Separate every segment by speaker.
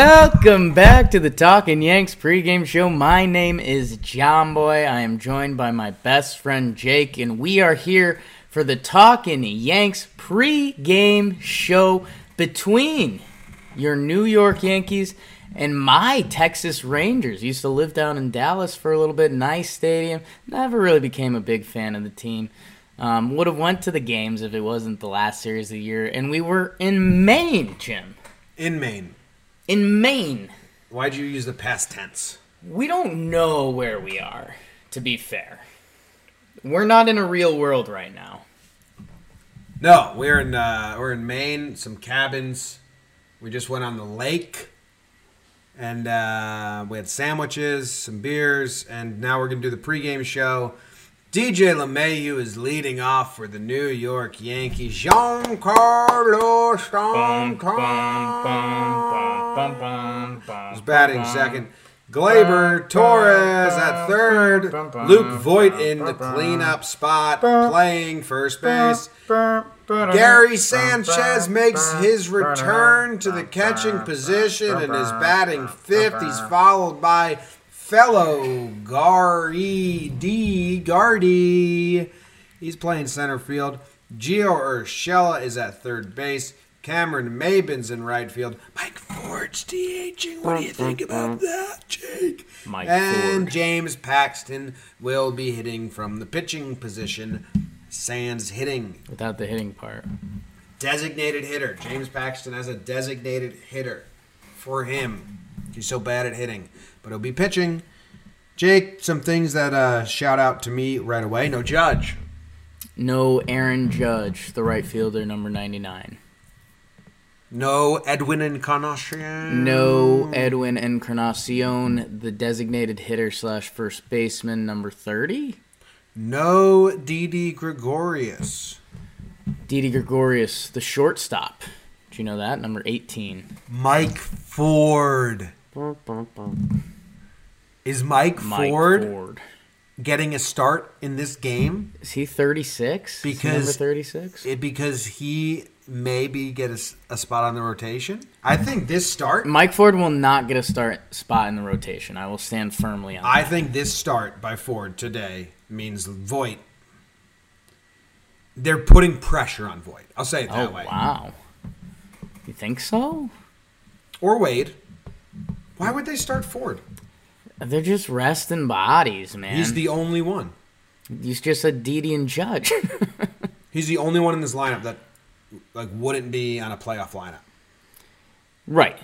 Speaker 1: Welcome back to the Talking Yanks pregame show. My name is John Boy. I am joined by my best friend Jake, and we are here for the Talking Yanks pregame show between your New York Yankees and my Texas Rangers. Used to live down in Dallas for a little bit. Nice stadium. Never really became a big fan of the team. Um, would have went to the games if it wasn't the last series of the year. And we were in Maine, Jim.
Speaker 2: In Maine.
Speaker 1: In Maine.
Speaker 2: Why'd you use the past tense?
Speaker 1: We don't know where we are, to be fair. We're not in a real world right now.
Speaker 2: No, we're in uh, we're in Maine. Some cabins. We just went on the lake, and uh, we had sandwiches, some beers, and now we're gonna do the pregame show. DJ LeMayu is leading off for the New York Yankees. Giancarlo Stanton is batting second. Glaber Torres at third. Luke Voigt in the cleanup spot, playing first base. Gary Sanchez makes his return to the catching position and is batting fifth. He's followed by fellow Gary D. Gardy. He's playing center field. Gio Urshela is at third base. Cameron Mabin's in right field. Mike Ford's DHing. What do you think about that, Jake?
Speaker 1: Mike
Speaker 2: and
Speaker 1: Ford.
Speaker 2: James Paxton will be hitting from the pitching position. Sands hitting
Speaker 1: Without the hitting part.
Speaker 2: designated hitter. James Paxton has a designated hitter for him. He's so bad at hitting, but he'll be pitching. Jake, some things that uh, shout out to me right away. No judge.
Speaker 1: No Aaron Judge, the right fielder, number 99.
Speaker 2: No Edwin Encarnacion.
Speaker 1: No Edwin Encarnacion, the designated hitter slash first baseman, number 30.
Speaker 2: No D.D. Gregorius.
Speaker 1: Didi Gregorius, the shortstop. Do you know that? Number 18.
Speaker 2: Mike Ford. Is Mike,
Speaker 1: Mike
Speaker 2: Ford,
Speaker 1: Ford.
Speaker 2: getting a start in this game?
Speaker 1: Is he 36? Is he number
Speaker 2: Because-
Speaker 1: 36?
Speaker 2: It, because he maybe get a s a a spot on the rotation. I think this start
Speaker 1: Mike Ford will not get a start spot in the rotation. I will stand firmly on that.
Speaker 2: I think this start by Ford today means Voigt. They're putting pressure on Voigt. I'll say it that
Speaker 1: oh,
Speaker 2: way.
Speaker 1: wow. You think so?
Speaker 2: Or Wade. Why would they start Ford?
Speaker 1: They're just resting bodies, man.
Speaker 2: He's the only one.
Speaker 1: He's just a Didi and Judge.
Speaker 2: He's the only one in this lineup that like wouldn't be on a playoff lineup.
Speaker 1: right.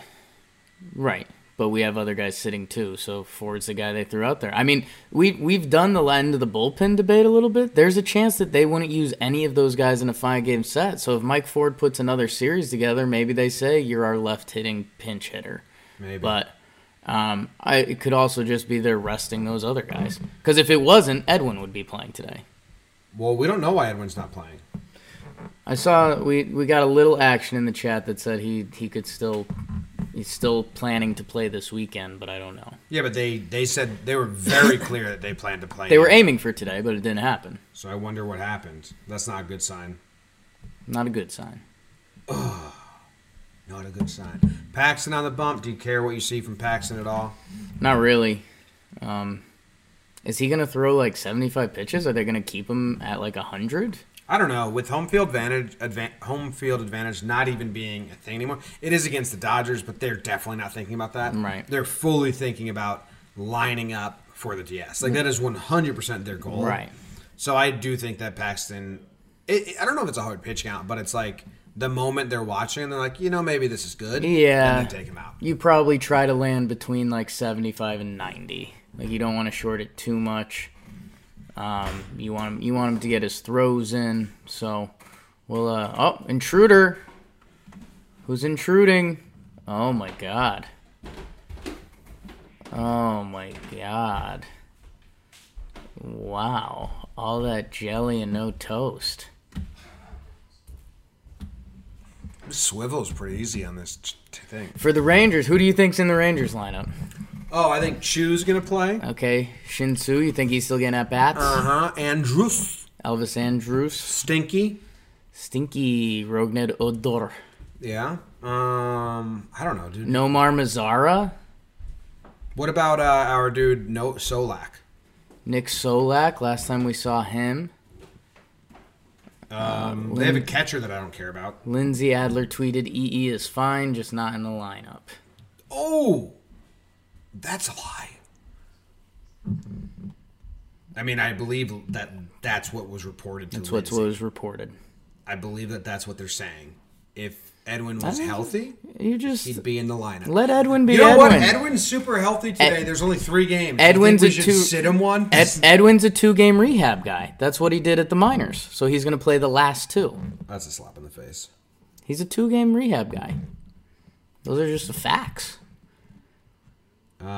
Speaker 1: Right. But we have other guys sitting too, so Ford's the guy they threw out there. I mean, we we've done the end of the bullpen debate a little bit. There's a chance that they wouldn't use any of those guys in a five game set. So if Mike Ford puts another series together, maybe they say you're our left hitting pinch hitter.
Speaker 2: Maybe.
Speaker 1: But um, I, it could also just be they're resting those other guys. Because if it wasn't, Edwin would be playing today.
Speaker 2: well, we don't know why Edwin's not playing.
Speaker 1: I saw we, we got a little action in the chat that said he, he could still he's still planning to play this weekend, but I don't know.
Speaker 2: Yeah, but they they said they were very clear that they planned to play.
Speaker 1: They were
Speaker 2: him.
Speaker 1: aiming for today, but it didn't happen.
Speaker 2: So I wonder what happened. That's not a good sign.
Speaker 1: Not a good sign.
Speaker 2: Not a good sign. Paxton on the bump. Do you care what you see from Paxton at all?
Speaker 1: Not really. Um, is he gonna throw like seventy five pitches? Are they gonna keep him at like hundred?
Speaker 2: I don't know. With home field advantage, advan home field advantage not even being a thing anymore, it is against the Dodgers, but they're definitely not thinking about that.
Speaker 1: Right.
Speaker 2: They're fully thinking about lining up for the DS. Like that is one hundred percent their goal.
Speaker 1: Right.
Speaker 2: So I do think that Paxton. It, it- I don't know if it's a hard pitch count, but it's like the moment they're watching, they're like, you know, maybe this is good.
Speaker 1: Yeah.
Speaker 2: And they take him out.
Speaker 1: You probably try to land between like 75 and 90. Like you don't want to short it too much. Um, you want him, you want him to get his throws in. So we'll uh oh, intruder. Who's intruding? Oh my god. Oh my god. Wow. All that jelly and no toast.
Speaker 2: Swivel's pretty easy on this t- t- thing.
Speaker 1: For the Rangers, who do you think's in the Rangers lineup?
Speaker 2: Oh, I think Chu's gonna play.
Speaker 1: Okay, Shinsu, you think he's still getting at bats?
Speaker 2: Uh
Speaker 1: Uh-huh.
Speaker 2: huh. Andrews,
Speaker 1: Elvis Andrews,
Speaker 2: Stinky.
Speaker 1: Stinky Rogned Odor.
Speaker 2: Yeah. Um, I don't know, dude.
Speaker 1: Nomar Mazzara,
Speaker 2: What about uh, our dude No Solak?
Speaker 1: Nick Solak. Last time we saw him,
Speaker 2: Um, they have a
Speaker 1: Mm.
Speaker 2: catcher that I don't care about.
Speaker 1: Lindsay Adler tweeted, "EE is fine, just not in the lineup."
Speaker 2: Oh, that's a lie. I mean, I believe that that's what was reported. To
Speaker 1: That's what
Speaker 2: Lindsay.
Speaker 1: was reported.
Speaker 2: I believe that that's what they're saying. If Edwin was healthy,
Speaker 1: You just
Speaker 2: he'd be in the lineup.
Speaker 1: let Edwin be
Speaker 2: you know what?
Speaker 1: Edwin.
Speaker 2: Edwin's super healthy today.
Speaker 1: Ed-
Speaker 2: There's only three games.
Speaker 1: Edwin's
Speaker 2: I think we
Speaker 1: a
Speaker 2: should
Speaker 1: two-
Speaker 2: sit him one.
Speaker 1: Ed, Edwin's a two-game rehab guy. That's what he did at the minors. So he's going to play the last two.
Speaker 2: that's a slap in the face.
Speaker 1: He's a two-game rehab guy. Those are just the facts.
Speaker 2: Um,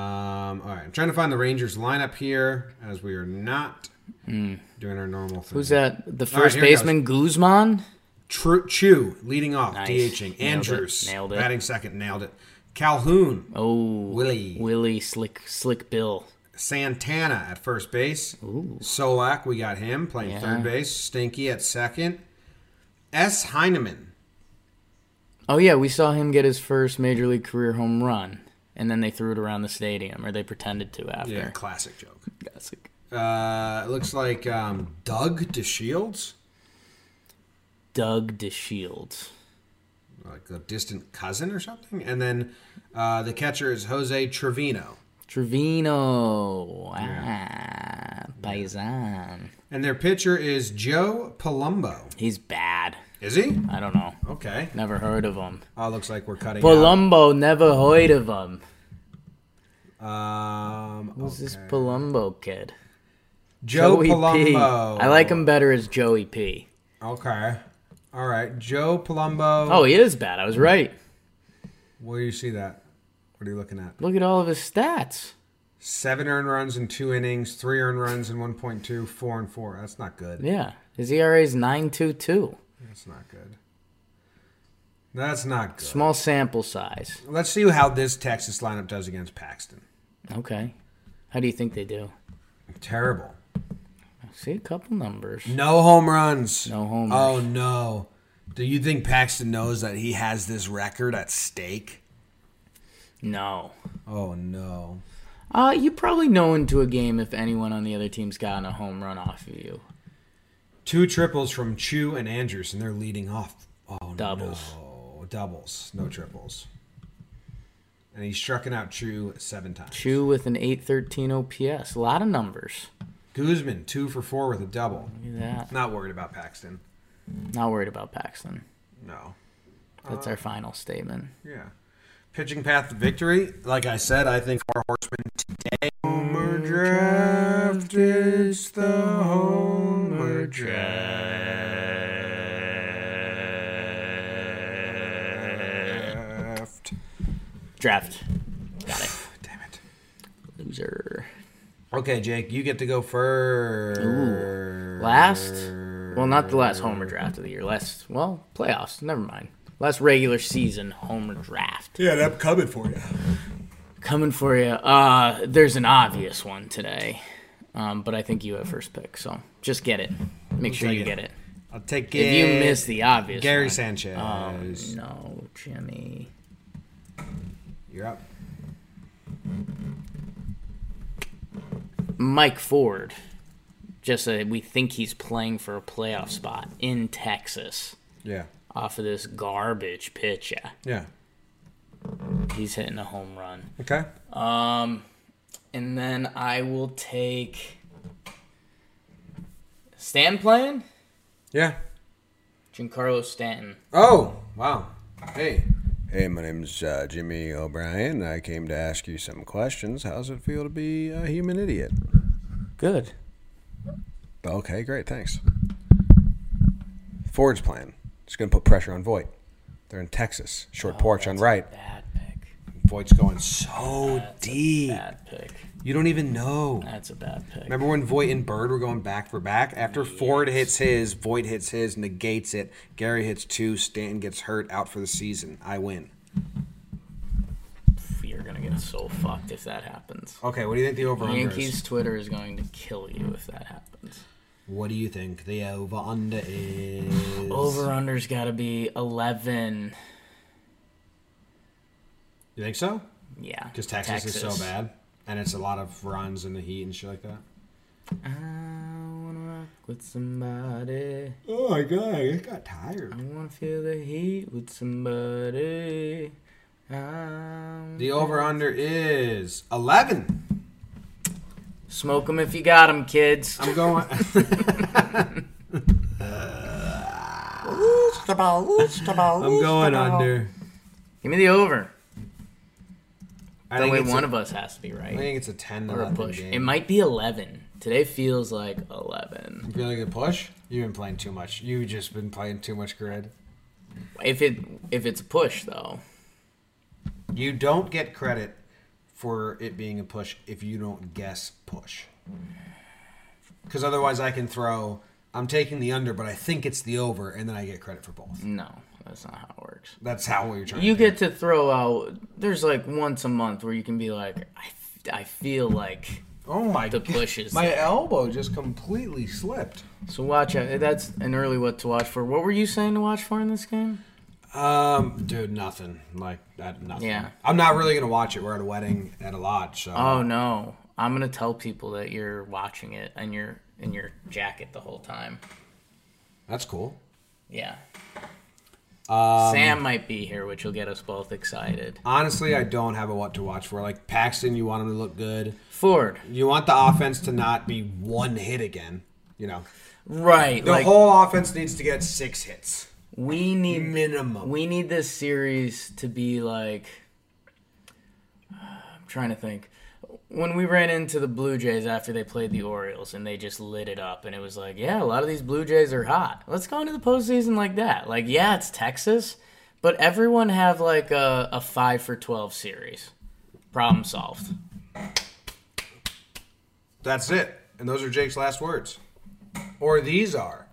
Speaker 2: all right, I'm trying to find the Rangers lineup here as we are not doing our normal thing.
Speaker 1: Hmm. Who's that? The first
Speaker 2: here it goes.
Speaker 1: baseman Guzman.
Speaker 2: Tru- Chu leading off,
Speaker 1: Nice.
Speaker 2: DHing.
Speaker 1: Nailed
Speaker 2: Andrews
Speaker 1: it, nailed it.
Speaker 2: batting second, nailed it. Calhoun,
Speaker 1: Oh,
Speaker 2: Willie.
Speaker 1: Willie, slick, slick Bill.
Speaker 2: Santana at first base. Solak, we got him playing
Speaker 1: Yeah.
Speaker 2: third base. Stinky at second. S. Heineman.
Speaker 1: Oh yeah, we saw him get his first major league career home run, and then they threw it around the stadium, or they pretended to after.
Speaker 2: Yeah, classic joke.
Speaker 1: Classic.
Speaker 2: Uh, it looks like um, Doug DeShields,
Speaker 1: Doug DeShields.
Speaker 2: like a distant cousin or something. And then uh, the catcher is Jose Trevino.
Speaker 1: Trevino. Ah, Paisan.
Speaker 2: And their pitcher is Joe Palumbo.
Speaker 1: He's bad.
Speaker 2: Is he?
Speaker 1: I don't know.
Speaker 2: Okay.
Speaker 1: Never heard of him.
Speaker 2: Uh, looks like we're cutting out.
Speaker 1: Palumbo, never heard of him.
Speaker 2: Um,
Speaker 1: Who's this
Speaker 2: okay.
Speaker 1: Palumbo kid?
Speaker 2: Joe
Speaker 1: Joey P.
Speaker 2: Palumbo.
Speaker 1: I like him better as Joey P.
Speaker 2: Okay. All right. Joe Palumbo.
Speaker 1: Oh, he is bad. I was right.
Speaker 2: Where do you see that? What are you looking at?
Speaker 1: Look at all of his stats.
Speaker 2: Seven earned runs in two innings, three earned runs in 1.2, four and four. That's not good.
Speaker 1: Yeah. His ERA is 9.22.
Speaker 2: That's not good. That's not good.
Speaker 1: Small sample size.
Speaker 2: Let's see how this Texas lineup does against Paxton.
Speaker 1: Okay. How do you think they do?
Speaker 2: Terrible.
Speaker 1: I see a couple numbers.
Speaker 2: No home runs.
Speaker 1: No homers.
Speaker 2: Oh, no. Do you think Paxton knows that he has this record at stake?
Speaker 1: No.
Speaker 2: Oh, no.
Speaker 1: Uh, you probably know into a game if anyone on the other team's gotten a home run off of you.
Speaker 2: Two triples from Chu and Andrews, and they're leading off. Oh,
Speaker 1: Doubles.
Speaker 2: No. Doubles, no triples. And he struck out Chu seven times.
Speaker 1: Chu with an 813 OPS. A lot of numbers.
Speaker 2: Guzman, two for four with a double.
Speaker 1: Look at that.
Speaker 2: Not worried about Paxton.
Speaker 1: Not worried about Paxton.
Speaker 2: No.
Speaker 1: That's our final statement.
Speaker 2: Yeah. Pitching path to victory. Like I said, I think Four Horsemen today. Homer draft is the Homer draft.
Speaker 1: Draft. Got it.
Speaker 2: Damn it.
Speaker 1: Loser.
Speaker 2: Okay, Jake, you get to go first.
Speaker 1: Last? Well, not the last homer draft of the year. Last, well, playoffs. Never mind. Last regular season homer draft.
Speaker 2: Yeah, I'm coming for you.
Speaker 1: Coming for you. Uh, there's an obvious one today, um, but I think you have first pick, so just get it. Make sure
Speaker 2: take
Speaker 1: you
Speaker 2: it.
Speaker 1: get it.
Speaker 2: I'll take it.
Speaker 1: If you miss the obvious,
Speaker 2: Gary
Speaker 1: one-
Speaker 2: Sanchez.
Speaker 1: Um, no, Jimmy.
Speaker 2: You're up.
Speaker 1: Mike Ford. Just uh, we think he's playing for a playoff spot in Texas
Speaker 2: Yeah.
Speaker 1: off of this garbage pitcher.
Speaker 2: Yeah.
Speaker 1: He's hitting a home run.
Speaker 2: Okay.
Speaker 1: And then I will take Stan playing?
Speaker 2: Yeah.
Speaker 1: Giancarlo Stanton.
Speaker 2: Oh, wow. Hey. Hey, my name's uh, Jimmy O'Brien. I came to ask you some questions. How's it feel to be a human idiot?
Speaker 1: Good.
Speaker 2: Okay, great. Thanks. Ford's plan. Just going to put pressure on Voigt. They're in Texas. Short porch on right.
Speaker 1: Bad pick.
Speaker 2: Voigt's Oh, going so deep.
Speaker 1: Bad pick.
Speaker 2: You don't even know.
Speaker 1: That's a bad pick.
Speaker 2: Remember when Voight and Bird were going back for back? After Ford hits his, Voight hits his, negates it. Gary hits two. Stanton gets hurt, out for the season. I win.
Speaker 1: You're gonna get so fucked if that happens.
Speaker 2: Okay, what do you think the over under
Speaker 1: Yankees
Speaker 2: is?
Speaker 1: Twitter is going to kill you if that happens.
Speaker 2: What do you think the over under is?
Speaker 1: Over under's got to be 11.
Speaker 2: You think so?
Speaker 1: Yeah.
Speaker 2: Because Texas, is so bad, and it's a lot of runs in the heat and shit like that.
Speaker 1: I wanna rock with somebody.
Speaker 2: Oh my god, I got tired.
Speaker 1: I wanna feel the heat with somebody. Um,
Speaker 2: The over under is eleven.
Speaker 1: Smoke 'em if you got 'em, kids.
Speaker 2: I'm going. I'm
Speaker 1: I'm
Speaker 2: going under.
Speaker 1: Give me the over.
Speaker 2: I
Speaker 1: That
Speaker 2: think
Speaker 1: way,
Speaker 2: it's
Speaker 1: one
Speaker 2: a,
Speaker 1: of us has to be
Speaker 2: I
Speaker 1: right.
Speaker 2: think it's a ten
Speaker 1: Or a push.
Speaker 2: Game.
Speaker 1: It might be 11. Today feels like 11.
Speaker 2: You feel like a push. You've been playing too much. You've just been playing too much grid.
Speaker 1: If it if it's a push though,
Speaker 2: You don't get credit for it being a push if you don't guess push. Because otherwise, I can throw. I'm taking the under, but I think it's the over, and then I get credit for both.
Speaker 1: no, that's not how it works.
Speaker 2: That's how we're trying.
Speaker 1: You
Speaker 2: to do
Speaker 1: get to throw out. There's like once a month where you can be like, I, f- I feel like.
Speaker 2: it. oh my!
Speaker 1: the
Speaker 2: God.
Speaker 1: pushes.
Speaker 2: My elbow just completely slipped.
Speaker 1: So watch out. That's an early what to watch for. What were you saying to watch for in this game?
Speaker 2: Um, dude, nothing like that. Nothing.
Speaker 1: Yeah.
Speaker 2: I'm not really gonna watch it. We're at a wedding at a lodge, so
Speaker 1: Oh no, I'm gonna tell people that you're watching it and you're in your jacket the whole time.
Speaker 2: that's cool.
Speaker 1: Yeah.
Speaker 2: Um,
Speaker 1: Sam might be here, which will get us both excited.
Speaker 2: Honestly, I don't have a what to watch for. Like Paxton, you want him to look good.
Speaker 1: Ford,
Speaker 2: You want the offense to not be one hit again. You know,
Speaker 1: right?
Speaker 2: the
Speaker 1: like
Speaker 2: whole offense needs to get six hits
Speaker 1: we need
Speaker 2: Mm. minimum.
Speaker 1: we need this series to be like I'm trying to think. When we ran into the Blue Jays after they played the Orioles and they just lit it up and it was like, yeah, a lot of these Blue Jays are hot. Let's go into the postseason like that. Like, yeah, it's Texas, but everyone have like a, a five for twelve series. Problem solved.
Speaker 2: That's it. And those are Jake's last words, or these are.